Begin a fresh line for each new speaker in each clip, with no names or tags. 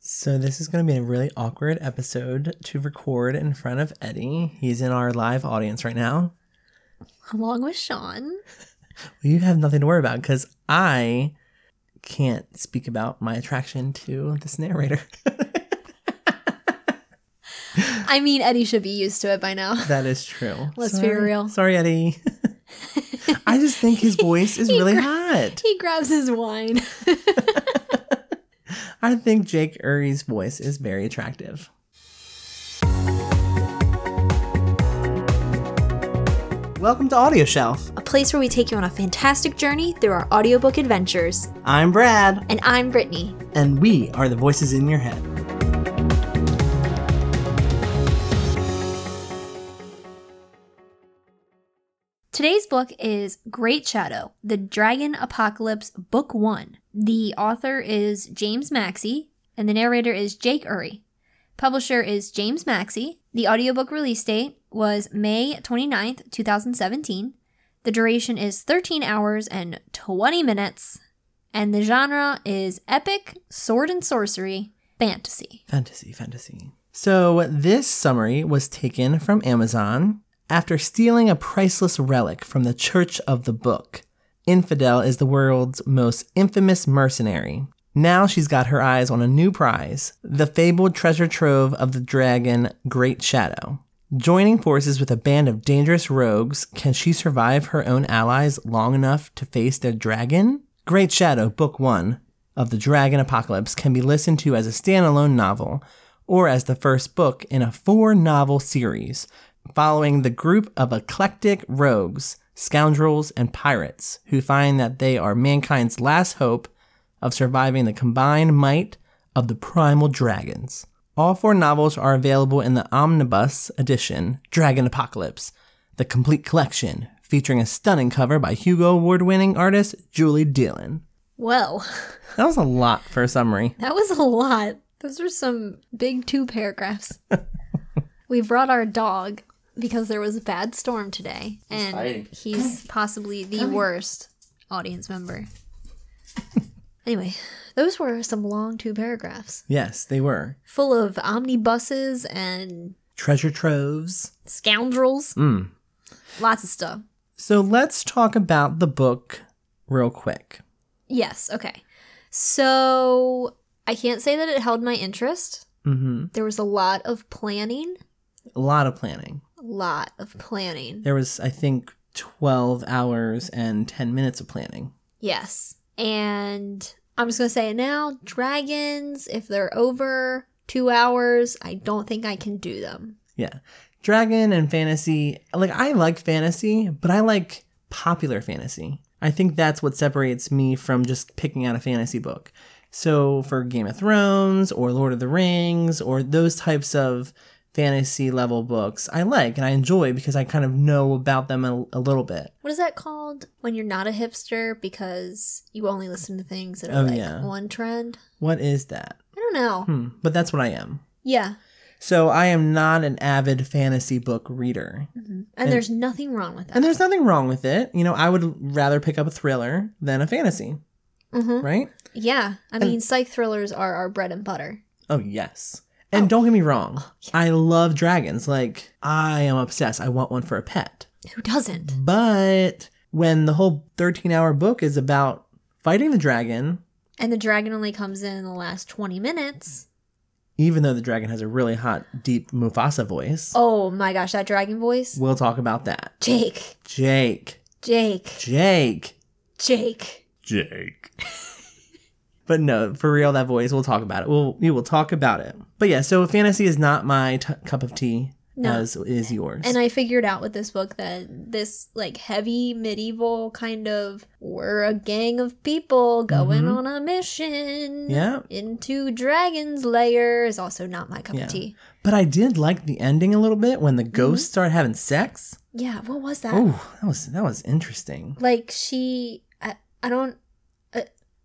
So this is going to be a really awkward episode to record in front of Eddie. He's in our live audience right now.
along with Sean.
You have nothing to worry about because I can't speak about my attraction to this narrator.
I mean, Eddie should be used to it by now.
that is true.
Let's be real.
Sorry, Eddie. I just think his voice is
He
really
gra-
hot.
He grabs his wine.
I think Jake Urry's voice is very attractive. Welcome to Audio Shelf.
A place where we take you on a fantastic journey through our audiobook adventures.
I'm Brad,
And I'm Brittany.
and we are the voices in your head.
Today's book is Great Shadow, The Dragon Apocalypse, Book One. The author is James Maxey, and the narrator is Jake Urry. Publisher is James Maxey. The audiobook release date was May 29th, 2017. The duration is 13 hours and 20 minutes. And the genre is epic, sword and sorcery, fantasy.
Fantasy, fantasy. So, this summary was taken from Amazon after stealing a priceless relic from the Church of the Book. Infidel is the world's most infamous mercenary. Now she's got her eyes on a new prize the fabled treasure trove of the dragon Great Shadow. Joining forces with a band of dangerous rogues, can she survive her own allies long enough to face their dragon? Great Shadow, Book 1 of The Dragon Apocalypse can be listened to as a standalone novel or as the first book in a four novel series following the group of eclectic rogues, scoundrels, and pirates who find that they are mankind's last hope of surviving the combined might of the primal dragons. All four novels are available in the omnibus edition, Dragon Apocalypse, the complete collection, featuring a stunning cover by Hugo Award winning artist Julie Dillon.
Whoa,
That was a lot for a summary.
that was a lot. Those were some big two paragraphs. we brought our dog because there was a bad storm today, and
fighting.
he's possibly the worst audience member. anyway, those were some long two paragraphs
Yes, they were.
full of omnibuses and
Treasure troves.
scoundrels,
Mm.
lots of stuff.
So let's talk about the book real quick.
Yes, okay. So I can't say that it held my interest.
hmm
There was a lot of planning,
A lot of planning.
a lot of planning.
There was, I think, 12 hours and 10 minutes of planning.
Yes. And I'm just going to say it now dragons, if they're over two hours, I don't think I can do them.
Yeah. Dragon and fantasy. Like, I like fantasy, but I like popular fantasy. I think that's what separates me from just picking out a fantasy book. So, for Game of Thrones or Lord of the Rings or those types of fantasy level books, I like and I enjoy because I kind of know about them a, a little bit.
What is that called when you're not a hipster because you only listen to things that are
Oh,
like
yeah.
one trend?
What is that?
I don't know.
Hmm. But that's what I am.
Yeah.
So, I am not an avid fantasy book reader.
And,
Mm-hmm. And-
there's nothing wrong with that.
And there's nothing wrong with it. You know, I would rather pick up a thriller than a fantasy,
Mhm.
right?
Yeah. I
And-
mean, psych thrillers are our bread and butter.
Oh, yes.
Oh.
And don't get me wrong,
yeah.
I love dragons. Like, I am obsessed. I want one for a pet.
Who
Mm-hmm.
doesn't?
But when the whole 13 hour book is about fighting the dragon,
And the dragon only comes in, in the last 20 minutes.
even though the dragon has a really hot, deep Mufasa voice,
Oh my gosh, that dragon voice.
we'll talk about that.
Jake,
Jake.
Jake,
Jake.
Jake.
Jake. but no, for real, that voice. We'll talk about it. We'll we will talk about it. But yeah, so fantasy is not my t- cup of tea.
No.
as is yours.
And I figured out with this book that this like heavy medieval kind of we're a gang of people going
Mhm.
on a mission
yeah,
into dragon's lair is also not my cup
Yeah.
of tea.
but I did like the ending a little bit when the ghosts start having sex.
Mm-hmm. Yeah, what was that?
Oh, that was that was interesting.
Like she, I, I don't.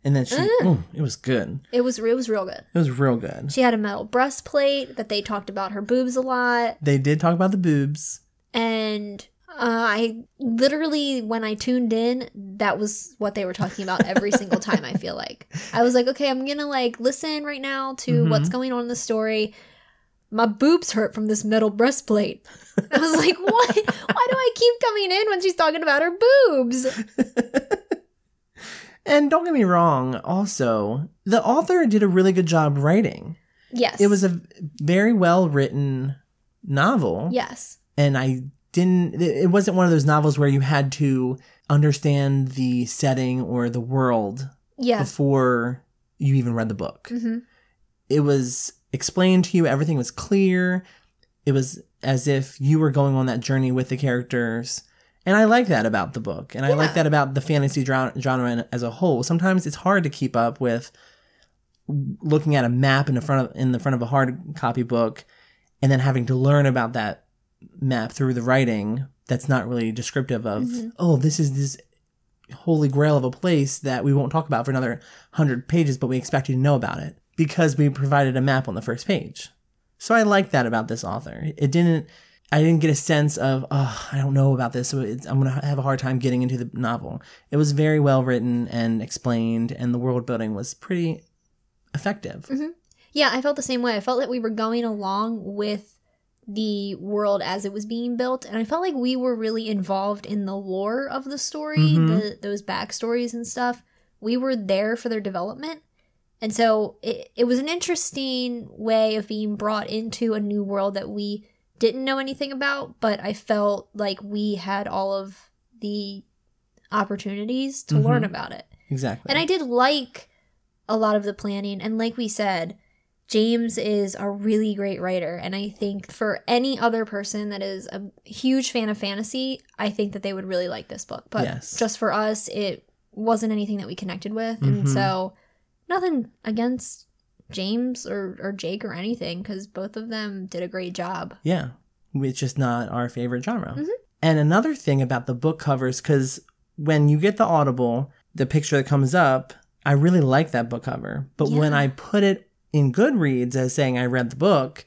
And then she,
Mm.
ooh, it was good.
It was it was real good.
It was real good.
She had a metal breastplate that they talked about her boobs a lot,
They did talk about the boobs.
and uh, I literally, when I tuned in, that was what they were talking about every single time. I feel like I was like, okay, I'm gonna like listen right now to
Mm-hmm.
what's going on in the story. My boobs hurt from this metal breastplate. I was like, what? Why do I keep coming in when she's talking about her boobs?
And don't get me wrong, also, the author did a really good job writing.
Yes,
It was a very well written novel.
yes,
And I didn't, it it wasn't one of those novels where you had to understand the setting or the world
yeah,
before you even read the book.
hmm
It was explained to you, everything was clear. It was as if you were going on that journey with the characters. And I like that about the book. And I like
Yeah.
that about the fantasy dra- genre as a whole. Sometimes it's hard to keep up with looking at a map in the front of in the front of a hard copy book and then having to learn about that map through the writing that's not really descriptive of
Mhm.
oh this is this holy grail of a place that we won't talk about for another 100 pages but we expect you to know about it because we provided a map on the first page so i like that about this author it didn't i didn't get a sense of oh i don't know about this so it's, i'm going to have a hard time getting into the novel it was very well written and explained and the world building was pretty effective
Mm-hmm. yeah. I felt the same way. I felt like we were going along with the world as it was being built, and I felt like we were really involved in the lore of the story,
Mhm.
the, those backstories and stuff. We were there for their development, and so it, it was an interesting way of being brought into a new world that we didn't know anything about, but I felt like we had all of the opportunities to
Mhm.
learn about it.
exactly
And I did like a lot of the planning. And like we said, James is a really great writer. And I think for any other person that is a huge fan of fantasy, I think that they would really like this book. But
Yes.
just for us, it wasn't anything that we connected with. And
Mhm.
so, nothing against James or, or Jake or anything, because both of them did a great job.
Yeah. It's just not our favorite genre.
Mhm.
And another thing about the book covers, because when you get the Audible, the picture that comes up, I really like that book cover. But when
Yeah.
I put it in Goodreads as saying I read the book,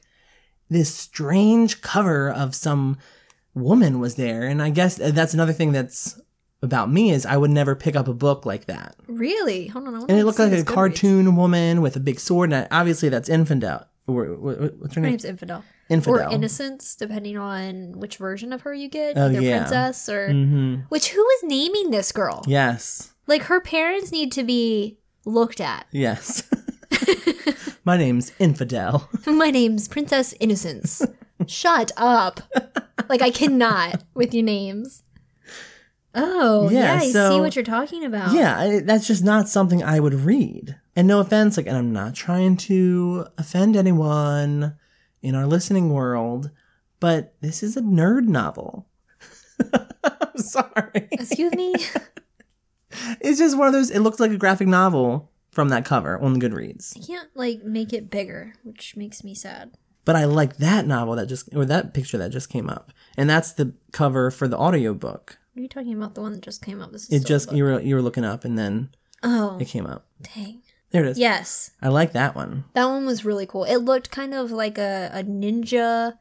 this strange cover of some woman was there. And I guess uh, that's another thing that's about me is I would never pick up a book like that.
Really? Hold on. I wanna
And it looked
see
like a
this Goodreads.
cartoon woman with a big sword. And obviously that's Infidel. Or, what- what- what's her
Her
name?
name's Infidel.
Infidel.
Or Innocence, depending on which version of her you get.
Oh,
either
yeah.
Princess or.
hmm
Which who is naming this girl?
Yes.
Like her parents need to be looked at.
Yes. My name's Infidel.
My name's Princess Innocence. Shut up. Like I cannot with your names. Oh,
Yeah,
yeah, I see
so-
what you're talking about.
Yeah, I, that's just not something I would read. And no offense, like, and I'm not trying to offend anyone in our listening world, but this is a nerd novel. I'm sorry.
Excuse me.
It's just one of those, it looks like a graphic novel from that cover on the Goodreads.
I can't like make it bigger, which makes me sad.
But I like that novel that just, or that picture that just came up. And that's the cover for the audiobook.
What are you talking about? The one that just came up. This is
It
still a
just, er-
book.
you were, you were looking up and then
Oh
it came up.
dang.
There it is.
Yes.
I like that one.
That one was really cool. It looked kind of like a, a ninja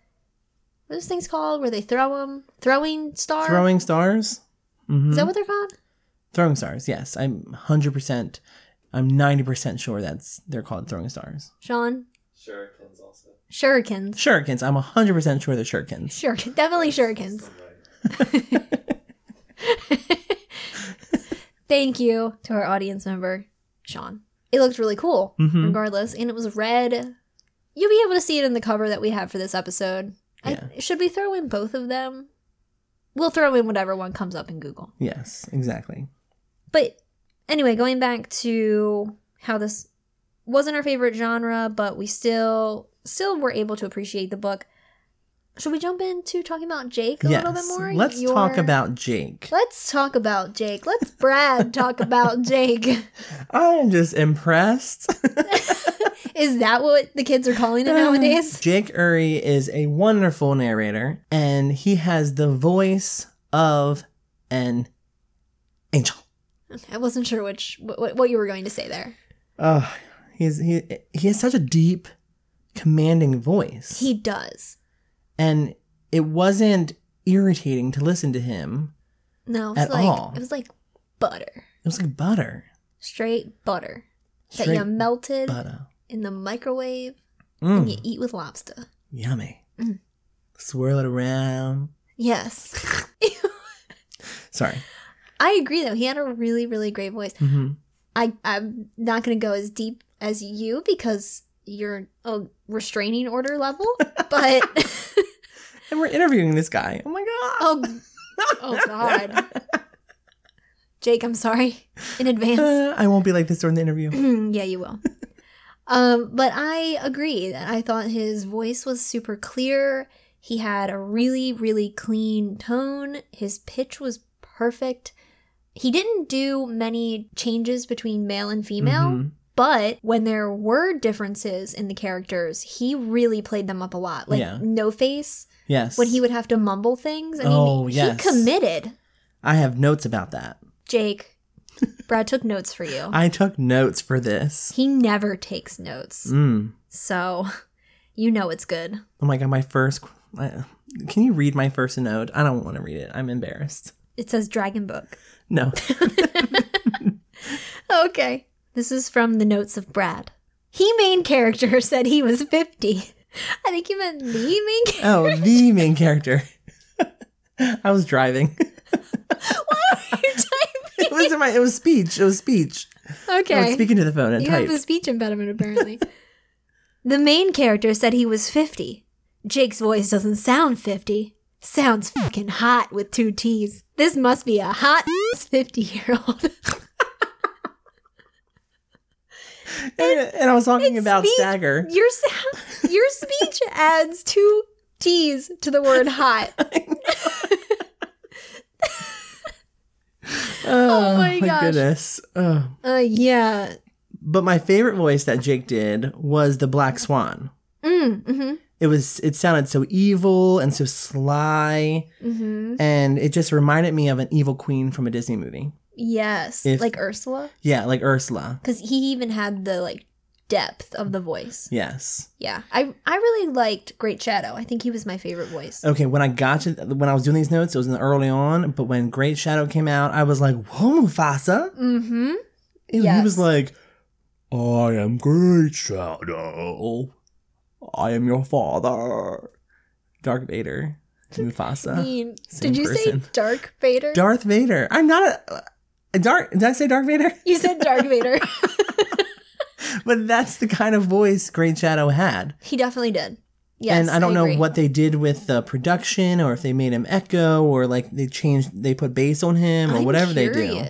what are those things called where they throw them? Throwing star?
Throwing stars. hmm
Is that what they're called?
throwing stars? Yes, I'm hundred percent. I'm ninety percent sure that's they're called throwing stars.
Sean?
Shurikens also.
Shurikens.
Shurikens. I'm hundred percent sure they're shurikens.
Sure, definitely shurikens. Thank you to our audience member, Sean. It looked really cool,
Mhm.
regardless, and it was red. You'll be able to see it in the cover that we have for this episode. I,
Yeah.
should we throw in both of them? We'll throw in whatever one comes up in Google.
Yes, exactly.
But anyway, going back to how this wasn't our favorite genre, but we still still were able to appreciate the book. Should we jump into talking about Jake a
yes.
little bit more?
Let's
Your-
talk about Jake.
Let's talk about Jake. Let's Brad talk about Jake.
I'm just impressed.
Is that what the kids are calling
Uh,
it nowadays?
Jake Uri is a wonderful narrator, and he has the voice of an angel.
I wasn't sure which what, what you were going to say there.
Oh, he's he he has such a deep, commanding voice.
He does.
and it wasn't irritating to listen to him.
No, it was
At
like
all.
it was like butter,
It was like butter.
straight butter that you
Straight
melted
butter.
in the microwave and you
Mm,
eat with lobster.
yummy.
Mm.
Swirl it around.
Yes,
Sorry.
I agree though. He had a really really great voice.
hmm
I I'm not gonna go as deep as you because you're a restraining order level, but
And we're interviewing this guy. Oh my god.
oh oh god, Jake, I'm sorry in advance.
Uh, I won't be like this during the interview.
yeah, you will. um, but I agree that I thought his voice was super clear. He had a really, really clean tone. His pitch was perfect. He didn't do many changes between male and female,
Mhm.
but when there were differences in the characters, he really played them up a lot. Like
Yeah.
No Face,
Yes.
when he would have to mumble things. I mean,
Oh,
he
yes.
committed.
I have notes about that.
Jake, Brad took notes for you.
I took notes for this.
he never takes notes.
Mm.
So you know it's good.
Oh my god, my first. I- Can you read my first note? I don't want to read it. I'm embarrassed.
It says Dragon Book.
No.
Okay. This is from the notes of Brad. He main character said he was 50. I think you meant the main character.
Oh, the main character. I was driving.
You're typing.
It was in my. It was speech. It was speech. I was
Okay.
speaking to the phone and
You
type.
have a speech impediment, apparently. the main character said he was 50. Jake's voice doesn't sound 50. Sounds fucking hot with two T's. This must be a hot 50 year old.
and, and I was talking
it's
about
speech.
stagger.
Your sa- your speech adds two T's to the word hot.
Oh,
my gosh.
goodness. Oh.
Uh, yeah.
But my favorite voice that Jake did was the Black Swan.
Mm, mm-hmm.
It was. It sounded so evil and so sly,
Mm-hmm.
and it just reminded me of an evil queen from a Disney movie.
Yes.
If-
like Ursula.
Yeah, like Ursula.
Because he even had the, like, depth of the voice.
Yes.
Yeah. I, I really liked Great Shadow. I think he was my favorite voice.
Okay, when I got to when I was doing these notes, it was in the early on. But when Great Shadow came out, I was like, "Whoa, Mufasa!"
Mm-hmm.
And He was
Yes.
like, "I am Great Shadow. I am your father, Dark Vader, Mufasa,
mean,
Uh, same
did you
person.
say Dark Vader?
Darth Vader. I'm not a, a dark. Did I say Dark Vader?
you said Dark Vader.
but that's the kind of voice Great Shadow had.
he definitely did. Yes.
and I don't know
agree.
what they did with the production, or if they made him echo, or like they changed, they put bass on him, or whatever they do.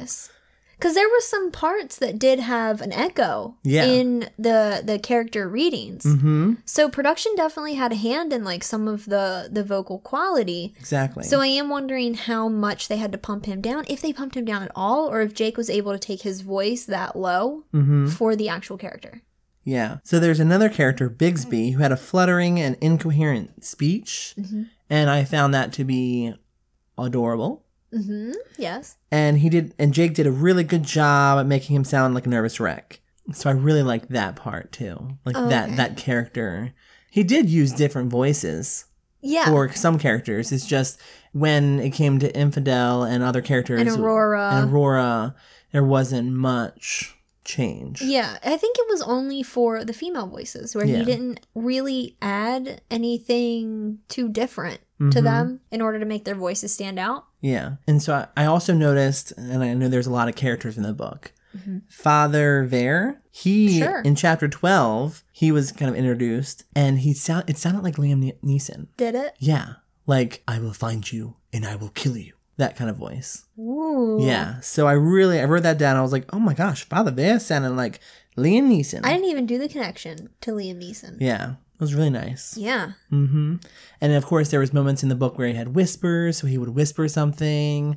Because there were some parts that did have an echo
Yeah.
in the the character readings.
Mm-hmm.
So production definitely had a hand in like some of the the vocal quality.
Exactly.
So I am wondering how much they had to pump him down, if they pumped him down at all, or if Jake was able to take his voice that low
mm-hmm.
for the actual character.
Yeah. So there's another character, Bigsby, who had a fluttering and incoherent speech,
Mm-hmm.
and I found that to be adorable.
Mm-hmm. Yes.
And he did, and Jake did a really good job at making him sound like a nervous wreck. So I really liked that part too, like
Oh, Okay.
that that character. He did use different voices
Yeah.
for some characters. It's just when it came to Infidel and other characters,
and Aurora.
and Aurora, there wasn't much change.
Yeah, I think it was only for the female voices where
Yeah.
he didn't really add anything too different to
Mhm.
them in order to make their voices stand out.
Yeah. And so I, I also noticed, and I know there's a lot of characters in the book.
Mhm.
Father Vare, he
Sure.
in chapter 12, he was kind of introduced and he sound it sounded like Liam Ne- Neeson.
Did it?
Yeah. Like I will find you and I will kill you. That kind of voice.
Ooh.
Yeah. So I really I wrote that down. I was like, "Oh my gosh, Father Vare sounded like Liam Neeson."
I didn't even do the connection to Liam Neeson.
yeah. It was really nice.
Yeah.
Mm-hmm. And of course, there was moments in the book where he had whispers, so he would whisper something,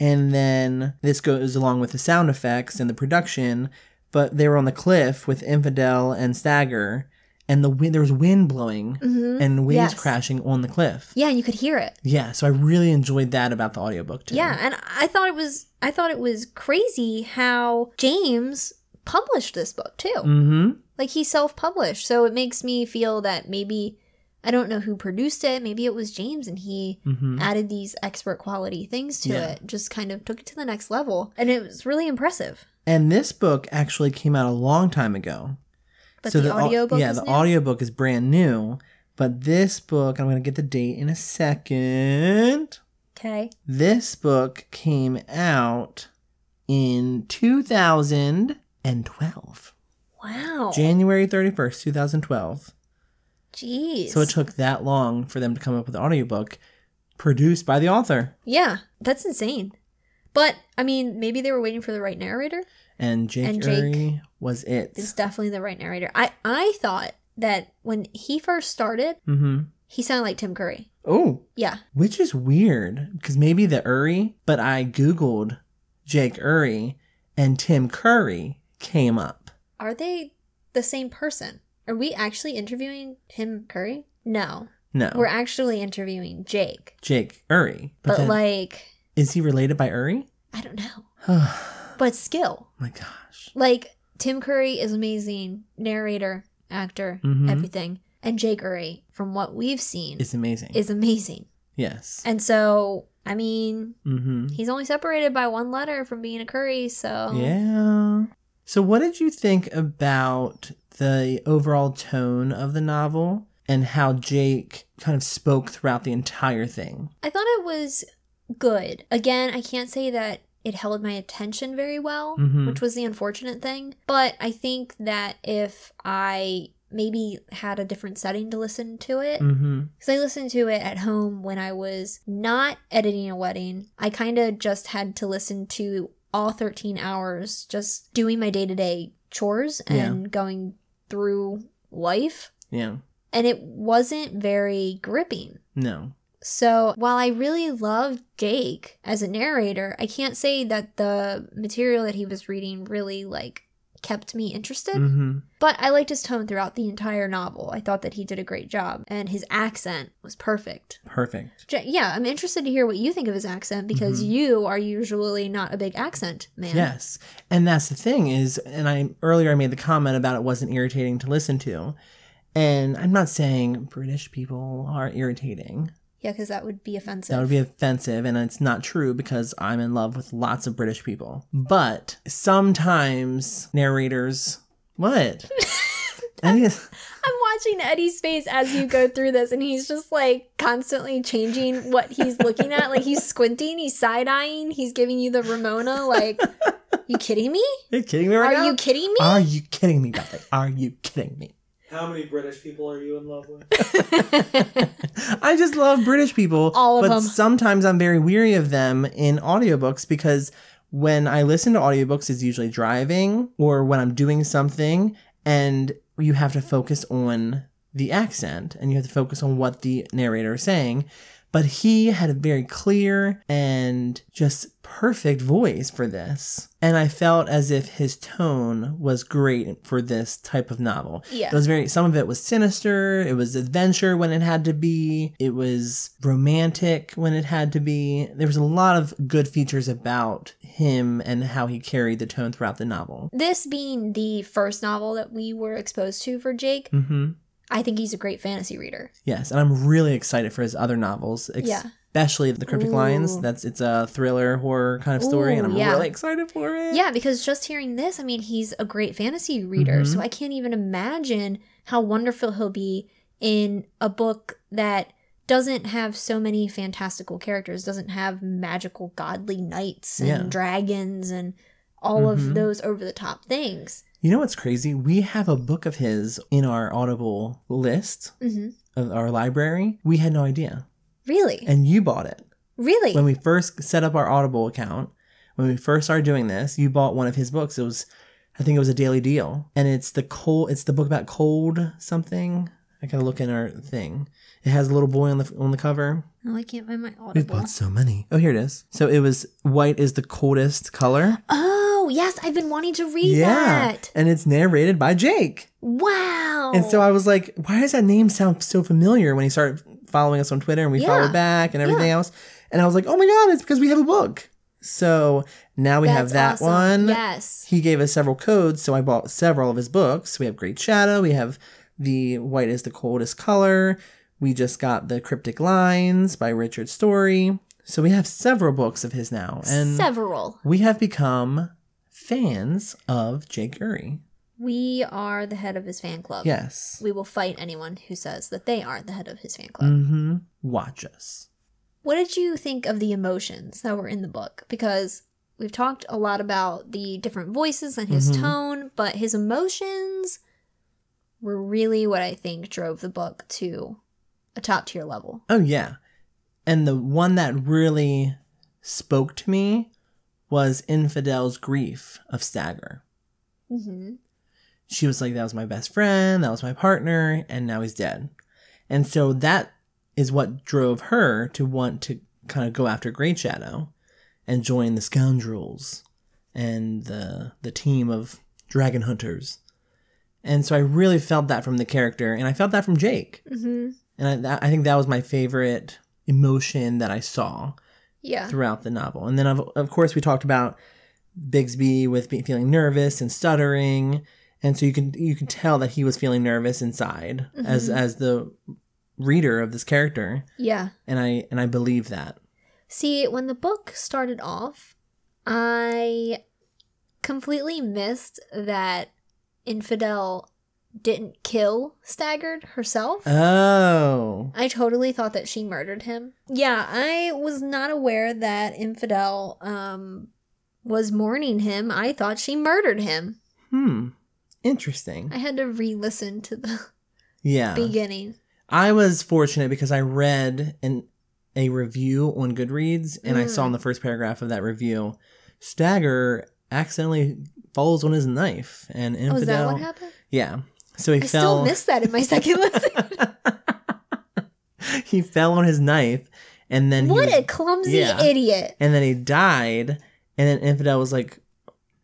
and then this goes along with the sound effects and the production. But they were on the cliff with Infidel and Stagger, and the wind, there was wind blowing
Mhm.
and waves
Yes.
crashing on the cliff.
Yeah, and you could hear it.
Yeah, so I really enjoyed that about the audiobook too.
Yeah, and I thought it was I thought it was crazy how James published this book too.
Mm-hmm.
Like he self-published, so it makes me feel that maybe I don't know who produced it. Maybe it was James and he
hmm
added these expert quality things to
Yeah.
it, just kind of took it to the next level. And it was really impressive.
And this book actually came out a long time ago.
But the,
au-
audiobook
yeah,
is
the
new.
audiobook is brand new. But this book, I'm going to get the date in a second.
okay.
This book came out in 2012,
Wow.
January 31st, 2012.
Jeez.
So it took that long for them to come up with an audiobook produced by the author.
yeah, that's insane. But I mean, maybe they were waiting for the right narrator.
And Jake,
And Jake
Eury was it.
It's definitely the right narrator. I I thought that when he first started,
Mm-hmm.
he sounded like Tim Curry.
Oh,
Yeah.
Which is weird because maybe the Uri, but I Googled Jake Uri and Tim Curry came up.
Are they the same person? Are we actually interviewing Tim Curry? No.
No,
We're actually interviewing Jake.
Jake Uri. But,
But,
then,
like,
is he related by Uri?
I don't know.
Oh
But skill.
my gosh.
Like Tim Curry is amazing narrator, actor,
Mhm.
everything. And Jake Curry, from what we've seen,
It's amazing.
is amazing.
yes.
And so, I mean,
Mm-hmm.
he's only separated by one letter from being a Curry, so
Yeah. So, what did you think about the overall tone of the novel and how Jake kind of spoke throughout the entire thing?
I thought it was good. Again, I can't say that it held my attention very well,
Mhm.
which was the unfortunate thing. But I think that if I maybe had a different setting to listen to it,
Mm-hmm.
because I listened to it at home when I was not editing a wedding, I kind of just had to listen to all 13 hours just doing my day to day chores
Yeah.
and going through life.
Yeah.
And it wasn't very gripping.
No.
So while I really love Jake as a narrator, I can't say that the material that he was reading really like kept me interested.
Mm-hmm.
But I liked his tone throughout the entire novel. I thought that he did a great job, and his accent was perfect.
Perfect.
J- yeah, I'm interested to hear what you think of his accent because
Mhm.
you are usually not a big accent man.
Yes. And that's the thing is, and I earlier I made the comment about it wasn't irritating to listen to. And I'm not saying British people are irritating.
yeah, because that would be offensive.
That would be offensive and it's not true because I'm in love with lots of British people. But sometimes narrators what? I think it's-
I'm watching Eddie's face as you go through this, and he's just like constantly changing what he's looking at. Like he's squinting, he's side eyeing, he's giving you the Ramona. Like, you kidding me?
are you kidding me right
Are
now?
you kidding me?
are you kidding me, Bethany? Are you kidding me?
How many British people are you in love with?
I just love British people.
All of
but
them.
sometimes I'm very weary of them in audiobooks because when I listen to audiobooks, it's usually driving or when I'm doing something, and you have to focus on the accent and you have to focus on what the narrator is saying. But he had a very clear and just perfect voice for this. And I felt as if his tone was great for this type of novel.
Yeah.
It was very some of it was sinister, it was adventure when it had to be, it was romantic when it had to be. There was a lot of good features about him and how he carried the tone throughout the novel.
This being the first novel that we were exposed to for Jake,
Mhm.
I think he's a great fantasy reader.
Yes, and I'm really excited for his other novels, ex-
Yeah.
especially The Cryptic Lions.
Ooh.
That's it's a thriller horror kind of story and
Ooh,
I'm
yeah.
really excited for it.
Yeah, because just hearing this, I mean, he's a great fantasy reader,
Mhm.
so I can't even imagine how wonderful he'll be in a book that doesn't have so many fantastical characters, doesn't have magical godly knights and
Yeah.
dragons and all
Mhm.
of those over the top things.
You know what's crazy? We have a book of his in our Audible list
hmm
of our library. We had no idea.
Really?
And you bought it.
really?
when we first set up our Audible account, when we first started doing this, you bought one of his books. It was, I think it was a daily deal, and it's the cold. It's the book about cold something. I gotta look in our thing. It has a little boy on the on the cover.
oh, I can't find my
We've
audible.
bought so many. Oh, here it is. So it was white is the coldest color.
Oh, yes, I've been wanting to read that.
and it's narrated by Jake.
Wow.
And so uh, I was like, why does that name sound so familiar? When he started following us on Twitter and we
Yeah.
followed back and everything else, and I was like, oh my god, it's because we have a book. So now we have that
That's awesome.
one.
Yes.
He gave us several codes, so I bought several of his books. We have Great Shadow, we have the White is the Coldest Color, We just got The Cryptic Lines by Richard Story. So we have several books of his now. And
Several.
we have become fans of Jake Uri.
We are the head of his fan club.
Yes.
We will fight anyone who says that they aren't the head of his fan club.
Mm-hmm. Watch us.
What did you think of the emotions that were in the book? Because we've talked a lot about the different voices and his
Mhm.
tone, but his emotions were really what I think drove the book to a top tier level.
Oh, yeah. And the one that really spoke to me was Infidel's grief of Stagger.
Mm-hmm.
she was like, that was my best friend, that was my partner, and now he's dead. And so that is what drove her to want to kind of go after Grey Shadow and join the scoundrels and the the team of dragon hunters. And so I really felt that from the character, and I felt that from Jake.
Mm-hmm.
And I, that, I think that was my favorite emotion that I saw
Yeah.
throughout the novel. And then, of, of course, we talked about Bigsby with be, feeling nervous and stuttering, and so you can you can tell that he was feeling nervous inside as
Mhm.
as the reader of this character,
Yeah.
and I and I believe that.
See, when the book started off, I completely missed that Infidel didn't kill Staggered herself.
Uh. Oh,
I totally thought that she murdered him. Yeah, I was not aware that Infidel um was mourning him. I thought she murdered him.
hmm, interesting.
I had to re-listen to the
Yeah,
beginning.
I was fortunate because I read an a review on Goodreads and I saw
Mm.
in the first paragraph of that review, Stagger accidentally falls on his knife and infidel.
Oh, is that what happened?
Yeah. So he
I
fell
still missed that in my second listen.
he fell on his knife and then
what
he,
a clumsy
Yeah.
idiot.
and then he died and then infidel was like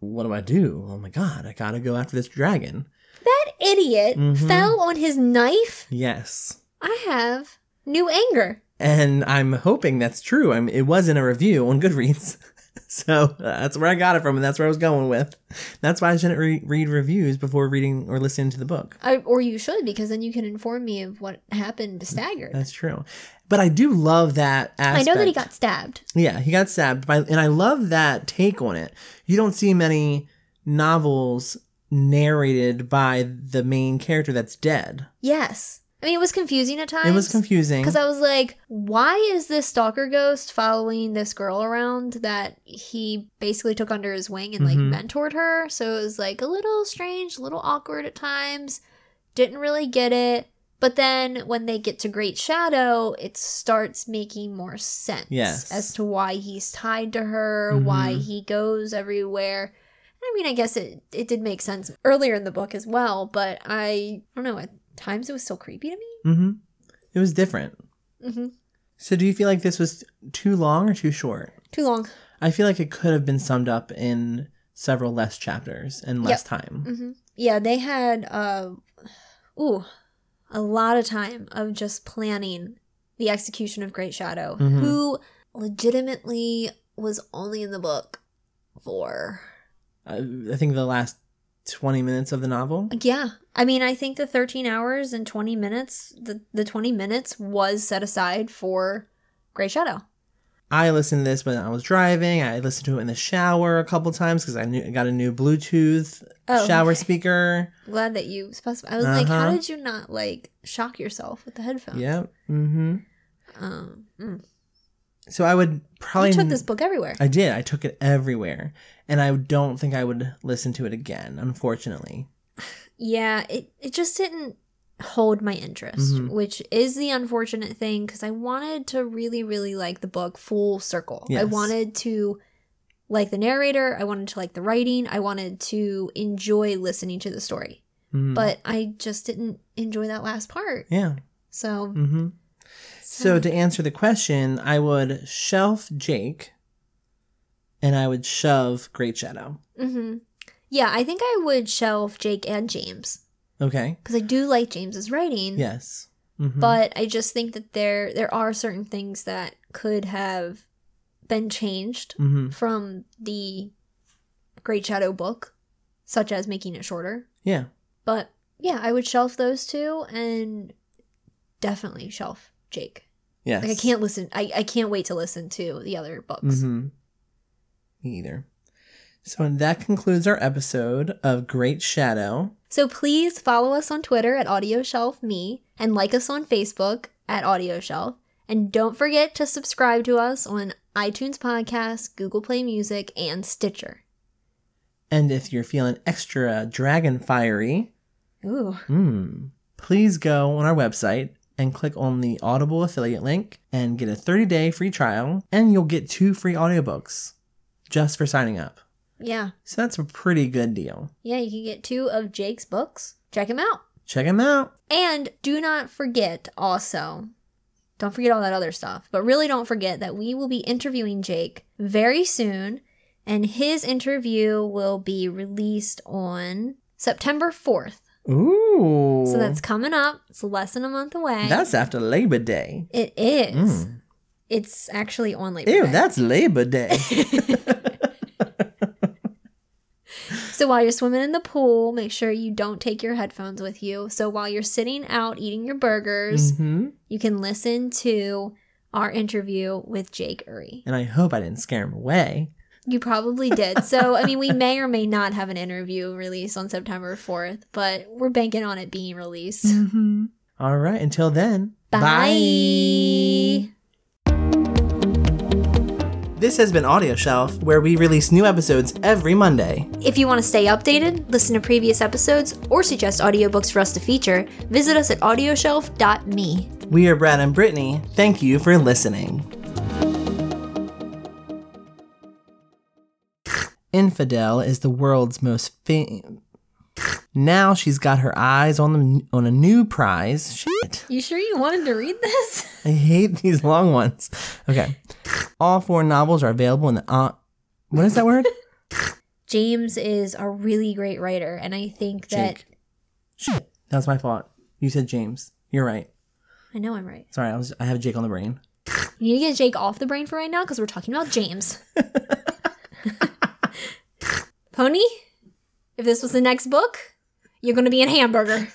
what do i do oh my god i gotta go after this dragon
That idiot
Mhm.
fell on his knife.
yes
I have new anger.
and i'm hoping that's true i mean it was in a review on goodreads so uh, that's where i got it from and that's where i was going with that's why i shouldn't re- read reviews before reading or listening to the book
I, or you should, because then you can inform me of what happened to Staggered.
that's true but i do love that aspect.
I know that he got stabbed.
Yeah, he got stabbed by, and I love that take on it. You don't see many novels narrated by the main character that's dead.
Yes. I mean, it was confusing at times.
It was confusing.
Because I was like, why is this stalker ghost following this girl around that he basically took under his wing and like
Mhm.
mentored her? So it was like a little strange, a little awkward at times. Didn't really get it. But then when they get to Great Shadow, it starts making more sense
Yes.
as to why he's tied to her, why
Mhm.
he goes everywhere. I mean, I guess it, it did make sense earlier in the book as well, but I, I don't know, at times it was still creepy to me.
hmm It was different.
hmm
So, do you feel like this was too long or too short?
Too long.
I feel like it could have been summed up in several less chapters and less time.
hmm Yeah, they had uh, ooh, a lot of time of just planning the execution of Great Shadow,
Mhm.
who legitimately was only in the book for
Uh, I, I think the last twenty minutes of the novel.
yeah. I mean, I think the thirteen hours and twenty minutes, the the twenty minutes was set aside for Great Shadow.
I listened to this when I was driving. I listened to it in the shower a couple times because I knew I got a new Bluetooth shower
Oh, okay.
speaker.
Glad that you specified. I was like, how
Uh-huh.
did you not like shock yourself with the headphones?
Yep. Mm-hmm.
Um, mm.
So I would probably
you took this book everywhere.
I did. I took it everywhere, and I don't think I would listen to it again. Unfortunately.
Yeah, it, it just didn't hold my interest,
Mhm.
which is the unfortunate thing because I wanted to really, really like the book full circle. I
Yes.
wanted to like the narrator, I wanted to like the writing, I wanted to enjoy listening to the story,
Mm.
but I just didn't enjoy that last part.
yeah.
So,
Mm-hmm. So to answer the question, I would shelf Jake, and I would shove Great Shadow.
Mhm. yeah, I think I would shelf Jake and James
Okay.
because I do like James's writing.
Yes. Mhm.
Mm. but I just think that there there are certain things that could have been changed
Mhm.
from the Great Shadow book, such as making it shorter.
Yeah.
But yeah, I would shelf those two and definitely shelf Jake.
Yes.
Like I can't listen. I, I can't wait to listen to the other books.
Mm-hmm. Me either. So that concludes our episode of Great Shadow.
So please follow us on Twitter at AudioShelfMe and like us on Facebook at AudioShelf. And don't forget to subscribe to us on iTunes Podcasts, Google Play Music, and Stitcher.
And if you're feeling extra dragon fiery,
Ooh.
Hmm. Please go on our website and click on the Audible affiliate link and get a 30 day free trial, and you'll get two free audiobooks just for signing up.
Yeah.
So that's a pretty good deal.
Yeah, you can get two of Jake's books. Check them out.
Check them out.
And do not forget also, don't forget all that other stuff, but really don't forget that we will be interviewing Jake very soon, and his interview will be released on September 4th.
Ooh.
So that's coming up. It's less than a month away.
That's after Labor Day.
it is.
Mm.
It's actually on Labor
Ew,
Day.
that's Labor Day.
So while you're swimming in the pool, make sure you don't take your headphones with you. So while you're sitting out eating your burgers,
hmm
you can listen to our interview with Jake Uri.
And I hope I didn't scare him away.
You probably did. So, I mean, we may or may not have an interview released on September 4th, but we're banking on it being released.
Mm-hmm. All right, until then.
Bye.
This has been Audio Shelf, where we release new episodes every Monday.
If you want to stay updated, listen to previous episodes, or suggest audiobooks for us to feature, visit us at audioshelf.me.
We are Brad and Brittany. Thank you for listening. Infidel is the world's most fam. Now she's got her eyes on the on a new prize. Shit.
You sure you wanted to read this?
I hate these long ones. Okay. All four novels are available in the uh, What is that word?
James is a really great writer, and I think that
Jake. Shit. That was my fault. You said James. You're right.
I know I'm right.
Sorry, I was I have Jake on the brain.
You need to get Jake off the brain for right now because we're talking about James. Pony, if this was the next book, you're going to be in hamburger.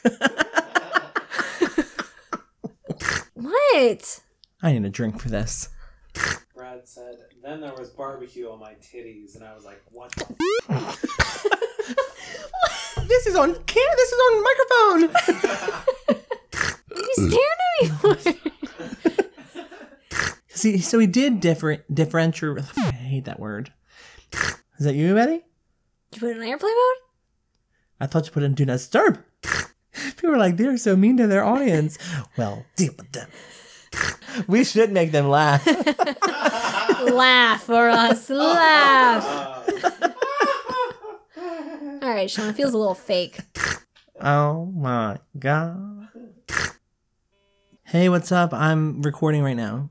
what?
I need a drink for this.
Brad said, then there was barbecue on my titties, and I was like, what the
This is on camera. This is on microphone.
What are you staring at me for?
See, so he did different differentiate. I hate that word. Is that you, Eddie?
Did you put it in airplane mode?
I thought you put in "Do Not Disturb." People are like, they're so mean to their audience. well, deal with them. We should make them laugh.
Laugh for us. Laugh.
fuck?
All right, Sean, it feels a little fake.
oh my god. Hey, what's up? I'm recording right now.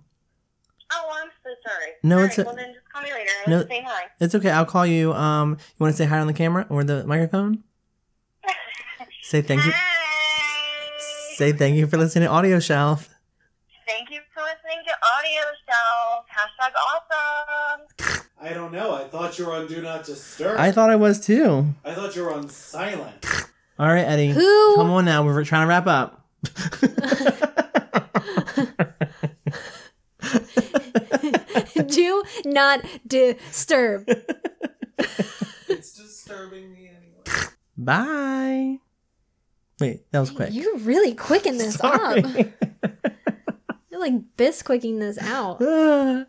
Oh, I'm so sorry.
No,
All
it's
right,
a-
well then just call me later. I
No-
was saying hi.
It's okay. I'll call you. Um, you want to say hi on the camera or the microphone? Say thank you.
Hi.
Say thank you for listening to Audio Shelf.
Thank you for listening to Audio Shelf. Hashtag awesome.
I don't know. I thought you were on Do Not Disturb.
I thought I was too.
I thought you were on silent.
All right, Eddie.
Who?
Come on now. We're trying to wrap up.
Do not disturb.
It's disturbing me anyway.
Bye. Wait, that was quick.
You're really quicking this up.
Sorry.
You're like bisquicking this out.
Ah.